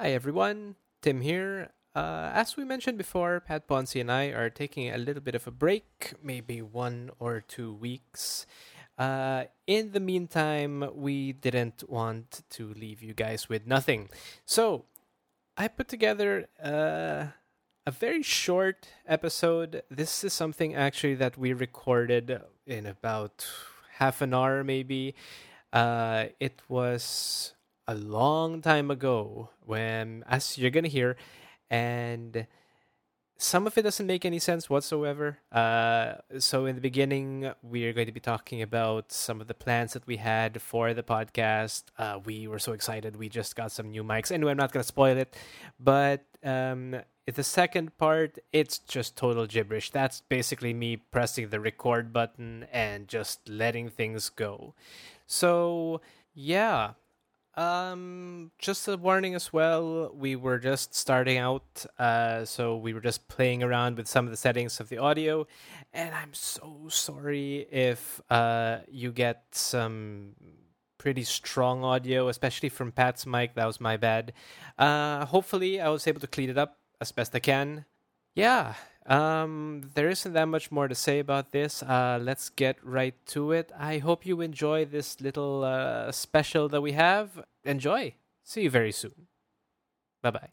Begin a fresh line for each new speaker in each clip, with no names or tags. Hi everyone, Tim here. Uh, as we mentioned before, Pat Ponce and I are taking a little bit of a break, maybe one or two weeks. Uh, in the meantime, we didn't want to leave you guys with nothing. So, I put together uh, a very short episode. This is something actually that we recorded in about half an hour, maybe. Uh, it was a long time ago when, as you're going to hear, and some of it doesn't make any sense whatsoever. Uh, so, in the beginning, we are going to be talking about some of the plans that we had for the podcast. Uh, we were so excited. We just got some new mics. Anyway, I'm not going to spoil it. But um, the second part, it's just total gibberish. That's basically me pressing the record button and just letting things go. So, yeah. Um, just a warning as well. We were just starting out, uh, so we were just playing around with some of the settings of the audio, and I'm so sorry if uh you get some pretty strong audio, especially from Pat's mic. That was my bad. Uh, hopefully, I was able to clean it up as best I can. Yeah. Um, there isn't that much more to say about this. Uh, let's get right to it. I hope you enjoy this little uh, special that we have. Enjoy. See you very soon. Bye bye.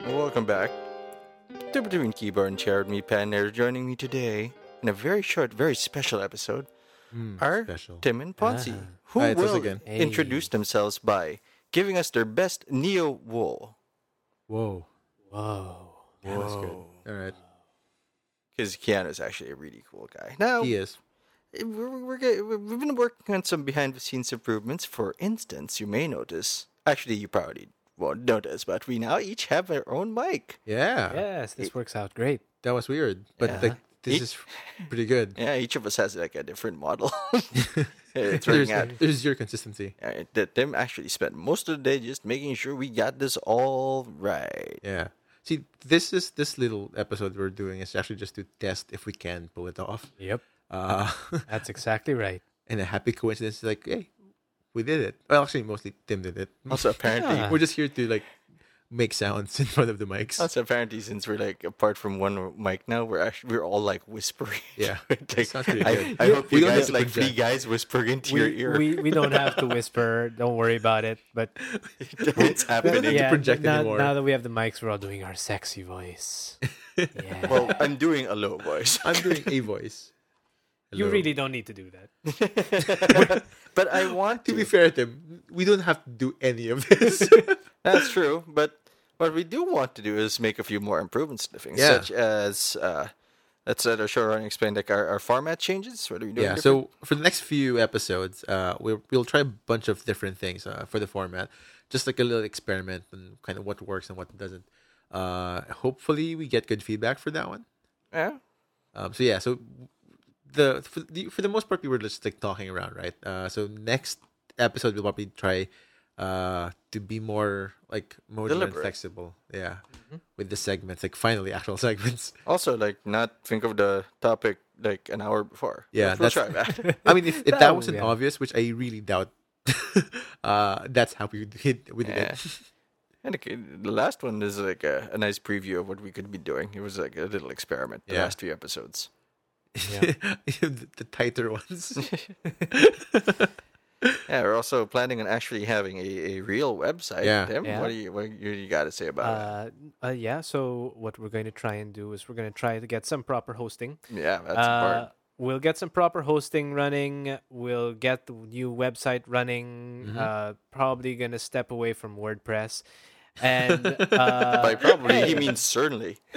Well, welcome back. The between Keyboard and Chair with me, Pan, are joining me today in a very short, very special episode are
special.
Tim and Ponzi, who
Ah, it's us
will
again.
introduce themselves by giving us their best Neo wool.
Whoa.
Whoa.
Yeah, that's good. All right.
Because Keanu's actually a really cool guy. Now,
He is.
we're, we're, get- we've been working on some behind the scenes improvements. For instance, you may notice, actually, you probably won't notice, but we now each have our own mic.
Yeah.
Yes, this works out great.
That was weird, but like this is pretty good.
Yeah, each of us has like a different model. it's
There's,
working out.
there's your consistency.
All right, that them actually spent most of the day just making sure we got this all right.
Yeah. See, this is this little episode we're doing is actually just to test if we can pull it off.
Yep.
Uh,
That's exactly right.
and a happy coincidence is like, hey, we did it. Well, actually, mostly Tim did it.
Also, apparently,
Yeah.
We're just here to like make sounds in front of the mics.
also apparently, since we're like apart from one mic now, we're actually we're all like whispering.
Yeah,
Like,
it sounds pretty
I,
good.
I hope
We
you
don't have
guys
to
like three
project.
guys whispering into your
We,
ear.
we we don't have to whisper. Don't worry about it. But
it's happening.
to
yeah,
project
now,
anymore.
now that we have the mics, we're all doing our sexy voice. Yeah.
Well, I'm doing a low voice,
I'm doing a voice.
you
Hello.
really don't need to do that.
but I want
To
to.
be fair, Tim, we don't have to do any of this.
That's true. But what we do want to do is make a few more improvements to things,
Yeah.
such as uh, let's let our showrunner explain like our, our format changes. What are we doing?
yeah
different?
so for the next few episodes uh we'll, we'll try a bunch of different things uh, for the format just like a little experiment and kind of what works and what doesn't uh hopefully we get good feedback for that one
yeah.
um so yeah so the for the, for the most part we were just like talking around right uh so next episode we'll probably try uh to be more like modular and
Deliberate. Mm-hmm.
flexible yeah with the segments like finally actual segments
Also, like, not think of the topic like an hour before.
Yeah,
we'll
that's-
try that.
I mean, if, if
That
that,
would
wasn't
be a-
obvious, which I really doubt, uh, that's how we did, we did
Yeah.
it.
and okay, the last one is like a, a nice preview of what we could be doing. It was like a little experiment. The
Yeah.
last few episodes.
the, the tighter ones.
Yeah, we're also planning on actually having a, a real website.
Yeah.
Tim,
Yeah.
what do you what you, you got to say about
Uh, uh, yeah. So what we're going to try and do is we're going to try to get some proper hosting.
it? Yeah, that's
Uh,
part.
We'll get some proper hosting running. We'll get the new website running.
Mm-hmm.
Uh, probably going to step away from WordPress. And uh,
By probably
hey,
he means certainly.
I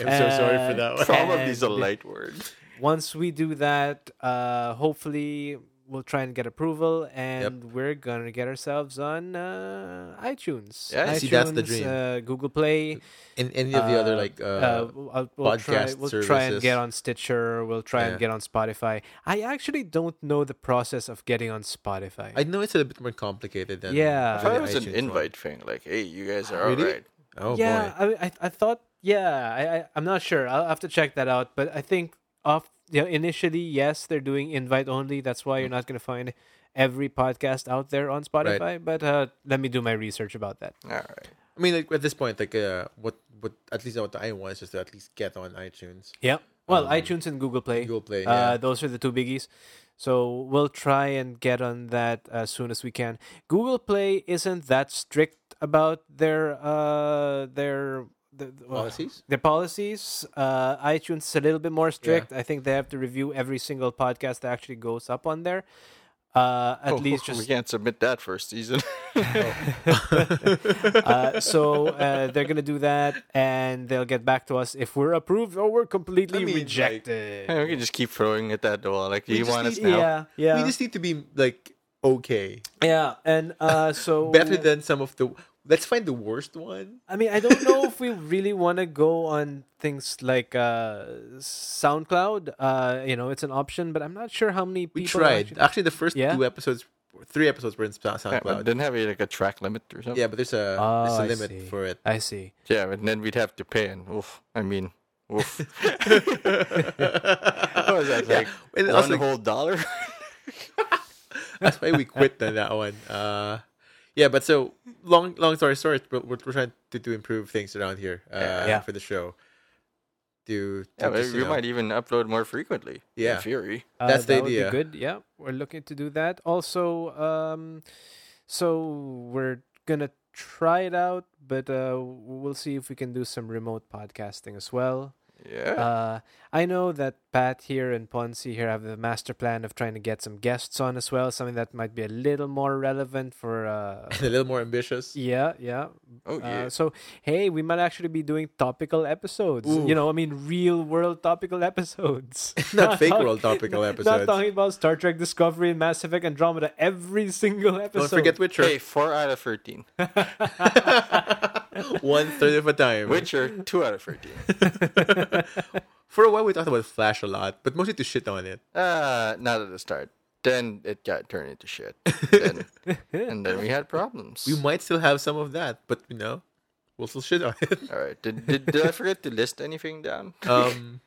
am so sorry for that one.
Probably is a
And-
light word.
once we do that, uh, hopefully we'll try and get approval, and we're gonna get ourselves on uh, iTunes.
Yeah,
iTunes,
see, that's the dream.
Uh, Google Play.
In any of the other
Uh,
like uh,
uh, I'll- we'll try,
podcast
we'll try and
services.
get on Stitcher. We'll try and
Yeah.
get on Spotify. I actually don't know the process of getting on Spotify.
I know it's a little bit more complicated than
Yeah. Uh,
I thought it
the
was an
iTunes one.
invite thing. Like, hey, you guys are
Really?
all right.
Oh
yeah,
boy.
I, I I thought yeah. I, I I'm not sure. I'll have to check that out. But I think off yeah, initially yes, they're doing invite only. That's why you're not gonna find every podcast out there on Spotify. But uh, let me do my research about that.
All right.
I mean, like at this point, like uh, what what at least what I want is just to at least get on iTunes,
Yeah. Well,
Um,
iTunes and Google Play.
Google Play.
Uh,
yeah.
those are the two biggies. So we'll try and get on that as soon as we can. Google Play isn't that strict about their uh their the, the- well,
Policies?
Their policies. Uh, iTunes is a little bit more strict. I think they have to review every single podcast that actually goes up on there. Uh, at
Oh,
least
we
just
can't submit that first season.
uh, so uh, they're gonna do that, and they'll get back to us if we're approved or we're completely
mean, like,
rejected.
we can just keep throwing it at the wall. Like, do
We
you
just
want us
need-
now?
yeah, yeah.
We just need to be like okay,
Yeah, and uh, so
better than some of the. Let's find the worst one.
I mean, I don't know if we really want to go on things like uh, SoundCloud. Uh, you know, it's an option, but I'm not sure how many people
We tried.
actually-
Actually, the first
Yeah?
two episodes, three episodes were in Sou-
Yeah, Uh, but
SoundCloud.
didn't have like a track limit or something.
Yeah, but there's a
Oh,
there's a
I
limit
see.
for it.
I see.
Yeah, and then we'd have to pay. And oof, I mean, oof. what was that like?
And
One
also,
whole dollar.
that's why we quit on that one. Uh, yeah, but so long long story short, we're, we're we're trying to, to improve things around here uh,
Yeah.
for the show. To, to
yeah, but
just, you
we
know-
might even upload more frequently. in
Yeah.
theory.
Uh,
That's the
that would be
idea.
good. Yeah, we're looking to do that. Also, um, so we're gonna try it out, but uh, we'll see if we can do some remote podcasting as well.
Yeah.
Uh, I know that Pat here and Ponce here have the master plan of trying to get some guests on as well, something that might be a little more relevant for. Uh,
a little more ambitious.
yeah, yeah.
oh
Uh,
yeah.
so, hey, we might actually be doing topical episodes.
Ooh.
You know, I mean, real world topical episodes.
Not fake
talk-
world topical
Not
episodes.
talking about Star Trek Discovery and Mass Effect Andromeda every single episode.
Don't forget Witcher.
Hey, four out of thirteen.
One third of a time.
Witcher, two out of thirteen.
For a while, we talked about Flash a lot, but mostly to shit on it.
Uh, not at the start. Then it got turned into shit. Then, and then we had problems.
We might still have some of that, but you know, we'll still shit on it.
All right. Did, did did I forget to list anything down?
Um,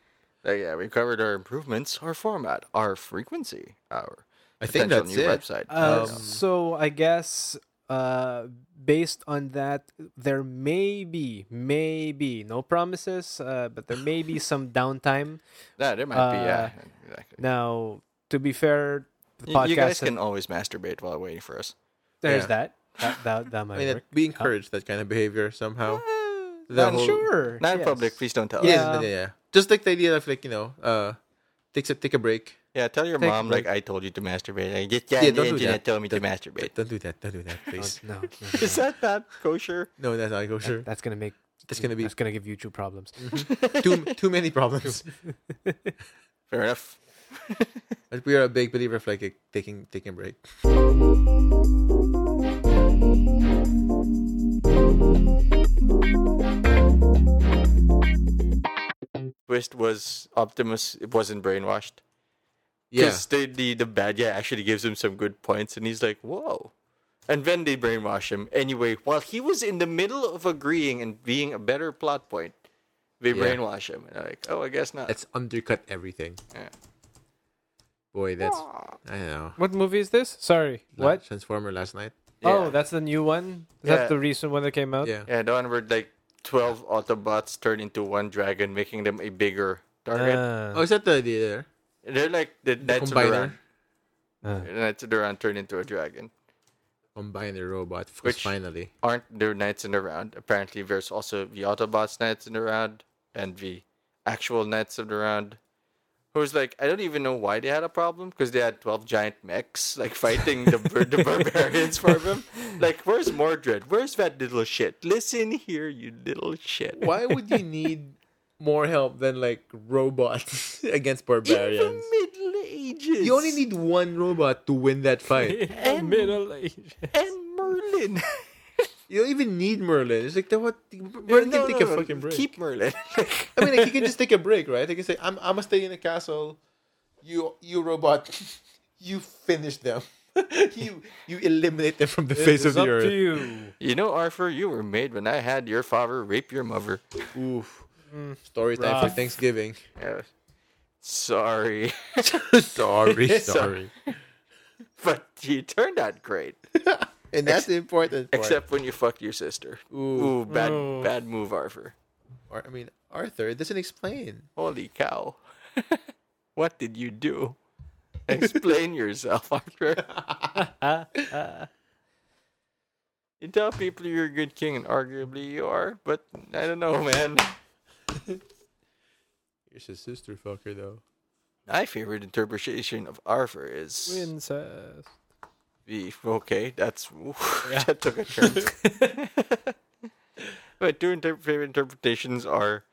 Uh, yeah, we covered our improvements, our format, our frequency, our
I think
potential
that's
new
it.
website.
Uh,
Um,
so I guess uh, based on that, there may be, maybe, no promises, uh, but there may be some downtime.
that it might be. Yeah, exactly.
Now, to be fair, the
You-
podcast
you guys can always masturbate while waiting for us.
there's that.
yeah.
That that, that might
I mean,
work.
it- we encourage that kind of behavior somehow. The
Not
whole-
sure.
Not
yes.
in public. Please don't tell. us.
Yeah, yeah, yeah, yeah. Just like the idea of like you know, uh, take a take a break.
Yeah, tell your
Take a
mom like I told you to masturbate. I just yeah,
Yeah,
the
don't do
internet
that.
told me to
Don't-
masturbate.
Don't do that. Don't do that,
Oh,
please.
no, no, no,
Is that not kosher?
No, that's not kosher.
that's gonna make
That's gonna be
that's gonna give YouTube problems.
too too many problems.
Fair enough.
But we are a big believer of like taking taking a break.
Twist was Optimus it wasn't brainwashed.
Yeah,
Because the, the, the bad guy actually gives him some good points, and he's like, whoa. And then they brainwash him. Anyway, while he was in the middle of agreeing and being a better plot point, they
Yeah.
brainwash him. And I'm like, oh, I guess not.
it's undercut everything.
Yeah.
Boy, that's I don't know.
What movie is this? Sorry,
La-
what?
Transformer last night?
Yeah.
Oh, that's the new one. Is
Yeah.
that the recent one that came out?
Yeah.
yeah, the one where like 12 Autobots turn into one dragon, making them a bigger target.
Ah.
Oh, is that the idea there?
They're like the Knights of the
combiner.
Round. The Knights of the Round turn into a dragon.
Combine the robot. Of course,
Which-
finally.
Aren't there Knights in the Round? Apparently, there's also the Autobots Knights in the Round and the actual Knights of the Round. Who's like, I don't even know why they had a problem because they had 12 giant mechs like fighting the, bar- the barbarians for them. Like, where's Mordred? Where's that little shit? Listen here, you little shit.
Why would you need more help than like robots against
In the
barbarians?
Middle Ages. Ages.
You only need one robot to win that fight.
and Middle Ages.
and Merlin.
you don't even need Merlin. It's like the what? Merlin
No,
can take
no, no,
a fucking break.
Keep Merlin.
I mean, like, he can just take a break, right? He can say, "I'm, I'm gonna stay in the castle. You, you robot, you finish them. you, you eliminate them from the face
It's
of the
up to
earth."
you.
you know, Arthur, you were made when I had your father rape your mother.
Oof. Story time for
rough.
Thanksgiving.
Yeah. Sorry,
sorry,
sorry. but you turned out great,
And that's the important part.
except when you fucked your sister. Ooh, bad,
Ooh.
bad move, Arthur.
Or, I mean, Arthur it doesn't explain.
Holy cow! what did you do? Explain yourself, Arthur. you tell people you're a good king, and arguably you are, but I don't know, man.
It's a sister fucker, though.
My favorite interpretation of Arthur is
Princess.
the okay. That's oof, that took a turn. but two inter- favorite interpretations are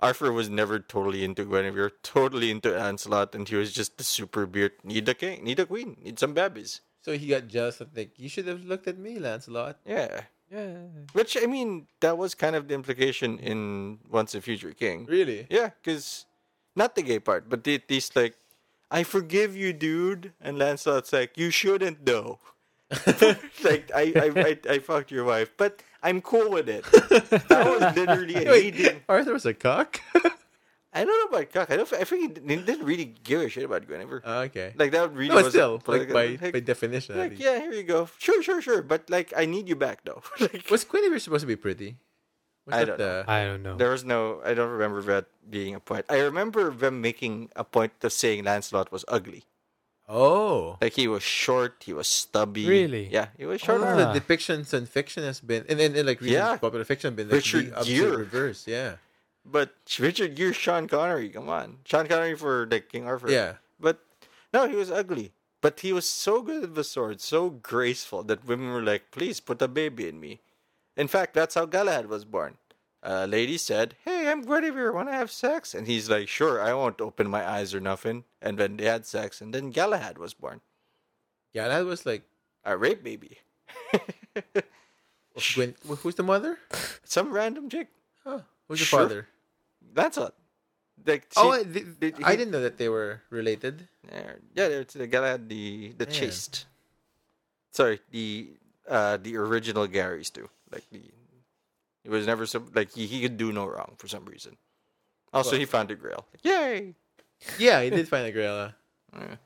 Arthur was never totally into Guinevere, totally into Lancelot, and he was just the super beard. Need a king, need a queen, need some babies.
So he got jealous and think, "You should have looked at me, Lancelot."
Yeah,
Yeah.
which I mean, that was kind of the implication in Once a Future King.
Really?
Yeah, because not the gay part, but the, these like, I forgive you, dude. And Lancelot's like, you shouldn't though. like I, I, I, I fucked your wife, but I'm cool with it. That was literally a leading.
Arthur was a cock.
I don't know about cock. I don't. I think he didn't didn't really give a shit about Guinevere.
Oh, okay.
Like that really
no,
was
but still, like
political-
by, by
like,
definition, at
like,
least.
yeah, here you go. Sure, sure, sure. But like, I need you back though. like,
Was Guinevere supposed to be pretty? Was
I
that
don't know.
the-
I don't know.
There was no. I don't remember that being a point. I remember them making a point of saying Lancelot was ugly.
Oh.
Like he was short, he was stubby.
Really?
Yeah, he was
Part
short.
of
Ah.
the depictions in fiction has been, and then in, like recent
Yeah.
popular fiction, been like
Richard
the opposite
Gere.
reverse, yeah,
But Richard Gere, Sean Connery, come on, Sean Connery for like King Arthur.
yeah.
But no, he was ugly. But he was so good with the sword, so graceful that women were like, "Please put a baby in me." In fact, that's how Galahad was born. A lady said, "Hey, I'm Guinevere. Want to have sex?" And he's like, "Sure, I won't open my eyes or nothing." And then they had sex, and then Galahad was born,
Yeah, that was like
a rape baby.
Gwen, wh- who's the mother?
Some random chick.
Huh. Who's the
Sure.
father?
Lancelot. Like,
oh,
see-
I, th-
did
I
he-
didn't know that they were related.
There. Yeah, it's the Galahad, the the
Yeah.
chaste. Sorry, the uh the original Garys too. Like the it was never so like he, he could do no wrong for some reason. Also,
Well-
he found a Grail. Like, Yay!
Yeah, he did find a grail. uh,
Yeah.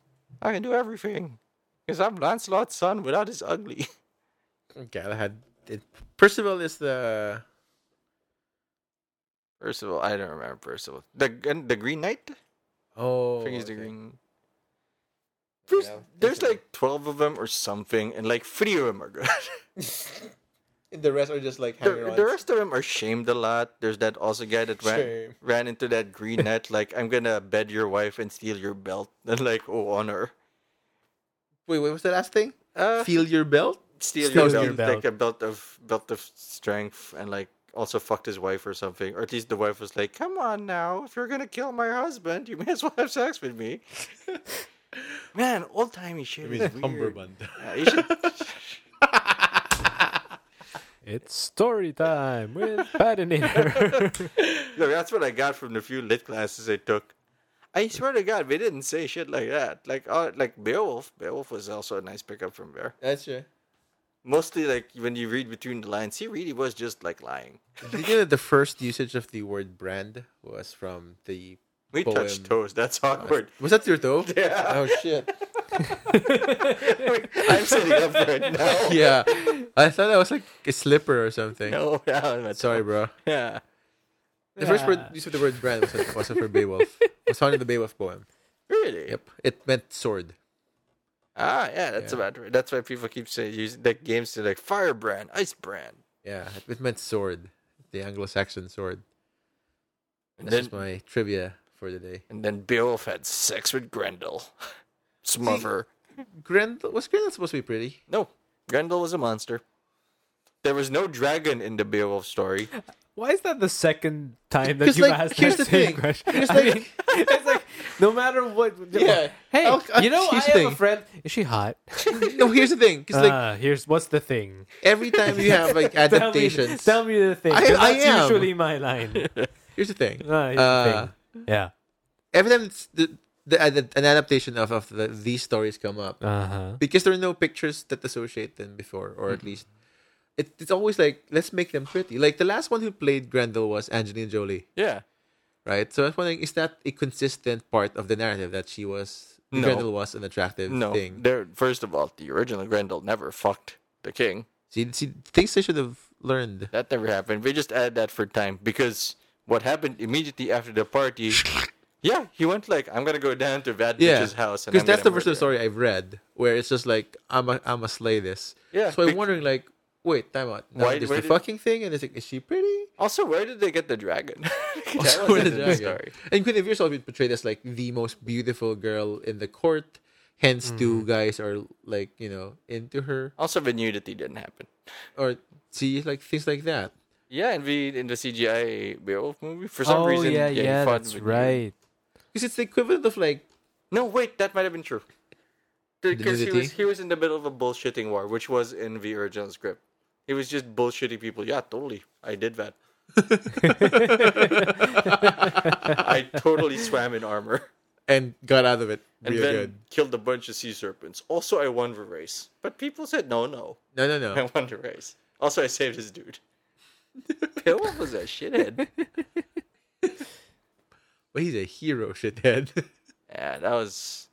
I can do everything because I'm Lancelot's son without his ugly.
Galahad. Did. Percival is the
Percival, I don't remember Percival. The and the Green Knight.
oh,
I think he's the
okay.
Green. There's,
Yeah,
there's
definitely.
like twelve of them or something, and like three of them are good.
And the rest are just like hanging
the,
on.
the rest of them are shamed a lot. There's that also guy that ran
Shame.
ran into that green net like I'm gonna bed your wife and steal your belt. And like, oh honor.
Wait, what was the last thing?
Uh,
Feel your belt.
steal,
steal your
your, belt.
belt.
Like a belt of belt of strength and like also fucked his wife or something. Or at least the wife was like, Come on now, if you're gonna kill my husband, you may as well have sex with me. Man, old timey shit. Is weird. Yeah, you should
It's story time with Patinator.
Look, that's what I got from the few lit classes I took. I swear to God, they didn't say shit like that. Like, uh, like Beowulf. Beowulf was also a nice pickup from there.
That's true.
Mostly, like when you read between the lines, he really was just like lying.
Did you know that the first usage of the word brand was from the
We
Poem.
touched toes. That's awkward.
Was that your toe? Yeah. Oh shit.
I'm sitting up right now.
yeah. I thought that was like a slipper or something.
No, no, that's
Sorry, bro.
Yeah.
The first word
Yeah.
use of the word brand was was for Beowulf. was found in the Beowulf poem.
Really?
Yep. It meant sword.
Ah, yeah. That's
Yeah.
about right. That's why people keep saying use like games to like firebrand, icebrand.
Yeah. It meant sword. The Anglo Saxon sword.
And then
That's just my trivia for the day.
and then Beowulf had sex with Grendel, Smother.
Grendel was Grendel supposed to be pretty?
No, Grendel was a monster. There was no dragon in the Beowulf story.
Why is that the second time that
'Cause,
you
like,
asked
here's
that
the
same
thing.
question?
Here's,
I
like-
mean, it's like no matter what.
Yeah.
Hey,
I'll- I'll-
you know I
here's
have
the
a
thing.
friend. Is she hot?
no, here's the thing. It's like
Ah, here's what's the thing.
every time you have like
Tell me,
adaptations.
tell me the thing.
I-
'cause
I
that's
am.
usually my line.
here's the thing.
Ah, here's the
Uh,
thing. Yeah.
every time it's the, the ad- an adaptation of of the, these stories come up
Uh huh.
because there are no pictures that associate them before, or
Mm-hmm.
at least it, it's always like let's make them pretty. Like the last one who played Grendel was Angelina Jolie,
Yeah.
right? So I was wondering, is that a consistent part of the narrative that she was
No.
Grendel was an attractive
No.
thing?
There first of all, the original Grendel never fucked the king.
She, she thinks they should have learned.
That never happened. We just added that for time because what happened immediately after the party Yeah, he went like, I'm gonna go down to that
Yeah,
bitch's house and
because
I'm
that's
gonna
the version
murder
of
her.
story I've read where it's just like I'm a, I'm a slay this.
Yeah,
So I'm
bec-
wondering like, wait, time out. Now
Why-
there's
where
the
did-
fucking thing, and it's like, is she pretty?
Also, where did they get the dragon? that
Also, where
wasn't in
did the
the
dragon-
story.
And Queen of yourself is portrayed as like the most beautiful girl in the court. Hence, two guys are like you know into her
Also, the nudity didn't happen.
or see like things like that.
Yeah, and we in the CGI Beowulf movie for some
oh
reason.
yeah,
he
yeah,
fought
that's
with
right.
Because it's the equivalent of like
No, wait, that might have been true. Because he
nudity?
was he was in the middle of a bullshitting war, which was in the original script. He was just bullshitting people. Yeah, totally. I did that. I totally swam in armor
and got out of it
and
real
then
good.
killed a bunch of sea serpents. Also, I won the race, but people said no, no.
No, no, no.
I won the race. Also, I saved his dude. Beowulf was a shithead.
But he's a hero, shithead.
Yeah, that was.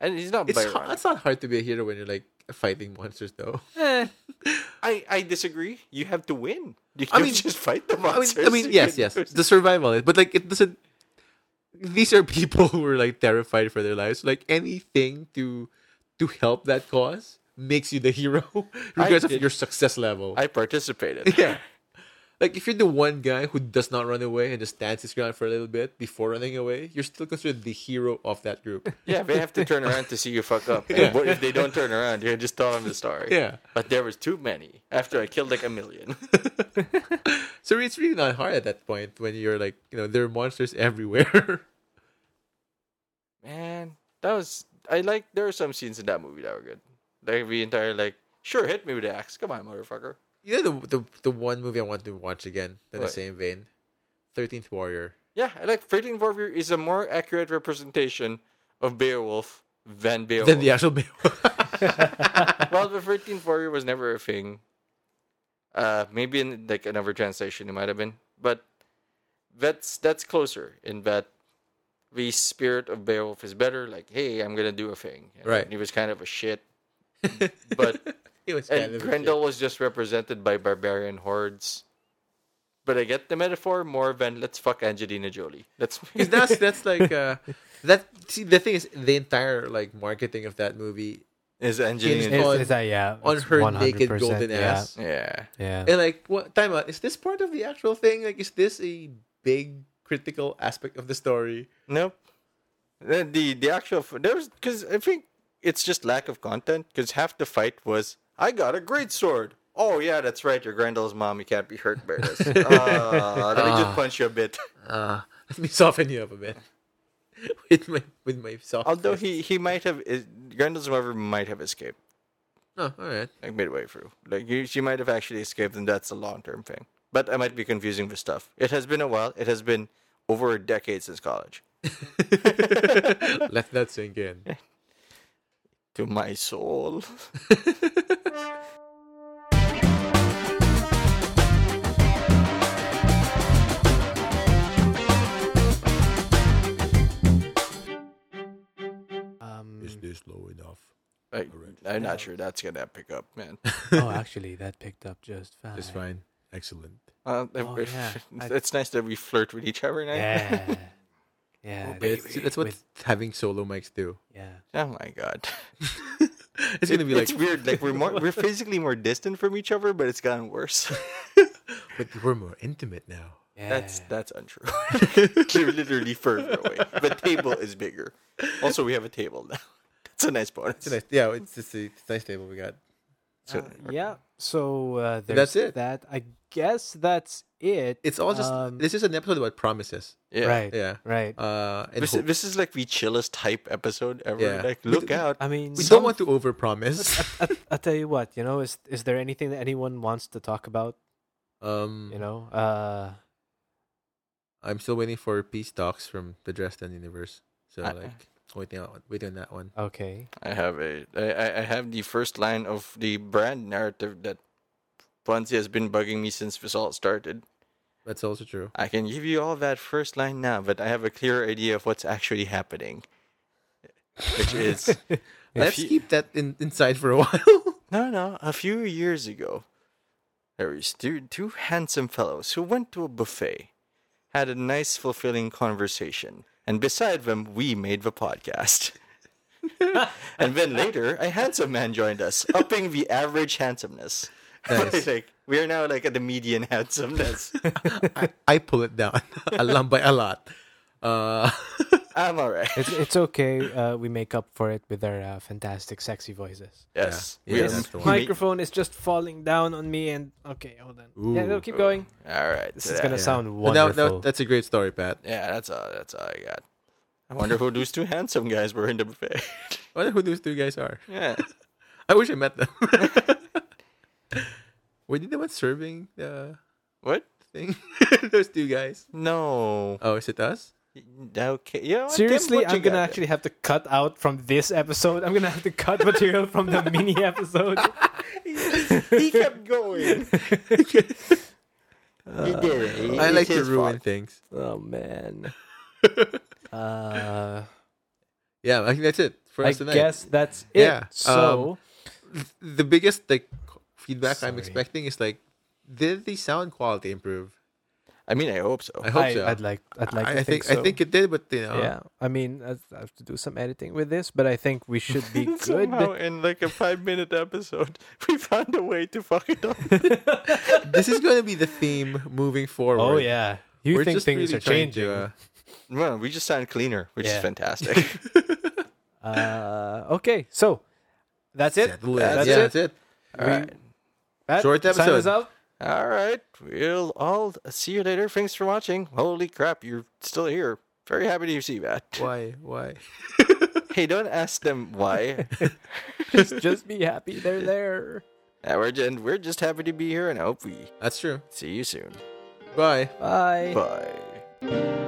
And he's not
it's
Byron.
hard, it's not hard to be a hero when you're like fighting monsters though.
I, I disagree. You have to win. You
I
can't
mean-
just fight the
I mean,
monsters.
I mean,
You
yes,
can
yes,
lose.
the survival is, but like it doesn't. These are people who are like terrified for their lives. Like anything to to help that cause makes you the hero, regardless of
did-
your success level.
I participated.
yeah, like if you're the one guy who does not run away and just stands his ground for a little bit before running away, you're still considered the hero of that group.
Yeah, they have to turn around to see you fuck up. And what if they don't turn around? You just tell them the story.
Yeah.
But there was too many. After I killed like a million.
so it's really not hard at that point when you're like, you know, there are monsters everywhere.
Man, that was. I like. There were some scenes in that movie that were good. Like the entire like, sure, hit me with the axe. Come on, motherfucker.
you know, the the, the one movie I want to watch again in the
What?
same vein, Thirteenth Warrior.
Yeah, I like. Fighting Warrior is a more accurate representation of Beowulf than Beowulf.
Then the actual Bear-
well, the thirteenth warrior was never a thing. Uh, maybe in like another translation it might have been, but that's that's closer in that the spirit of Beowulf is better. Like, hey, I'm gonna do a thing. And
Right.
He was kind of a shit, but
it was kind
and
of a
Grendel was just represented by barbarian hordes. But I get the metaphor more than let's fuck Angelina Jolie. That's
shit. 'Cause that's that's like uh, that. See, the thing is, the entire like marketing of that movie
is
Angelina-
Is,
On-
is that yeah?
on
it's
her naked
100%,
golden
yeah,
ass.
Yeah.
Yeah.
And like, what time out? Is this part of the actual thing? Like, is this a big critical aspect of the story?
Nope. The the, the actual f- there was because I think it's just lack of content because half the fight was I got a great sword. Oh yeah, that's right. Your Grendel's mom. You can't be hurt by this. uh, let me just punch you a bit.
Uh, let me soften you up a bit with my with my soft.
Although he he might have is, Grendel's mother might have escaped
oh, all right.
like midway through. Like you, she might have actually escaped, and that's a long term thing. But I might be confusing the stuff. It has been a while. It has been over a decade since college.
Let that sink in.
To my soul.
Um,
this low enough?
Like, I'm not sure that's gonna pick up, man.
oh, actually, that picked up just fine.
It's fine. Excellent.
Uh, if-
Oh,
if-
yeah. I-
It's nice that we flirt with each other now.
Yeah. Yeah.
That's, Oh, that's what
With-
having solo mics do.
yeah.
Oh my god.
It's gonna be like
it's weird. Like we're more, we're physically more distant from each other, but it's gotten worse.
but we're more intimate now.
Yeah.
That's that's untrue. we're literally further away. The table is bigger. Also, we have a table now. That's a nice bonus.
It's a nice, yeah, it's just a, it's a nice table we got.
So,
Uh, yeah. So uh, there's
That's it.
That I guess that's it.
It's all just
Um,
this is an episode about promises.
Yeah.
right.
Yeah.
Right.
Uh, and
This,
hope.
this is like the chillest hype episode ever.
Yeah.
Like,
We-
look
we-
out.
I mean,
we
some-
don't want to overpromise.
I'll tell you what. You know, is is there anything that anyone wants to talk about?
um,
You know, uh,
I'm still waiting for peace talks from the Dresden universe. So
Uh-uh.
I-
like waiting on waiting on that one.
okay.
I have a I, I- I have the first line of the brand narrative that Ponzi has been bugging me since this all started.
That's also true.
I can give you all that first line now, but I have a clearer idea of what's actually happening. Which is
Let's
you-
keep that in, inside for a while.
no no, a few years ago there was two two handsome fellows who went to a buffet, had a nice fulfilling conversation, and beside them we made the podcast. and then later a handsome man joined us, upping the average handsomeness.
Nice.
like we are now like at the median handsomeness.
I, I pull it down a lot by a lot. Uh,
I'm alright.
It's it's okay. Uh, we make up for it with our uh, fantastic, sexy voices.
Yes.
Yeah,
we
yeah,
are-
that's the one.
we-
Microphone is just falling down on me, and okay, hold on. Yeah,
Ooh.
no, keep going.
All right.
This is
yeah.
gonna sound
but now- now
wonderful.
that's a great story, Pat.
Yeah, that's all. That's all I got. I wonder who those two handsome guys were in the buffet.
I wonder who those two guys are.
yeah.
I wish I met them. Were they the ones serving the
What?
thing? those two guys.
No.
Oh, is it us?
Okay. Yeah.
Oh,
Seriously, I'm gonna actually have to cut out from this episode. I'm gonna have to cut material from the mini episode.
he kept going. he did it. He-
I
it's
like to
his
ruin
fault.
things.
Oh man. Uh,
Yeah, I think that's it for
I
us tonight.
guess that's it.
Yeah, um,
So
the biggest like feedback
Sorry.
I'm expecting is like, did the sound quality improve?
I mean, I hope so.
I hope
I,
so.
would like, I'd like.
I,
to
I think,
so.
I think it did, but you know,
yeah, I mean, I I have to do some editing with this, but I think we should be good.
Somehow, in like a five-minute episode, we found a way to fuck it up.
this is going to be the theme moving forward.
oh yeah, you
We're
think
just
things
really
are
trying
changing?
To, uh,
well, we just sound cleaner, which
Yeah.
is fantastic.
Uh, okay, so that's it.
settle it.
That's
yeah,
it.
that's it.
all right.
Pat,
Short
sign us
episode.
out.
All right. We'll all see you later. Thanks for watching. Holy crap, you're still here. Very happy to see that.
Why? Why?
Hey, don't ask them why.
Just, just be happy they're there.
Uh, we're, and we're just happy to be here, and I hope we
That's true.
see you soon.
Bye.
Bye.
Bye.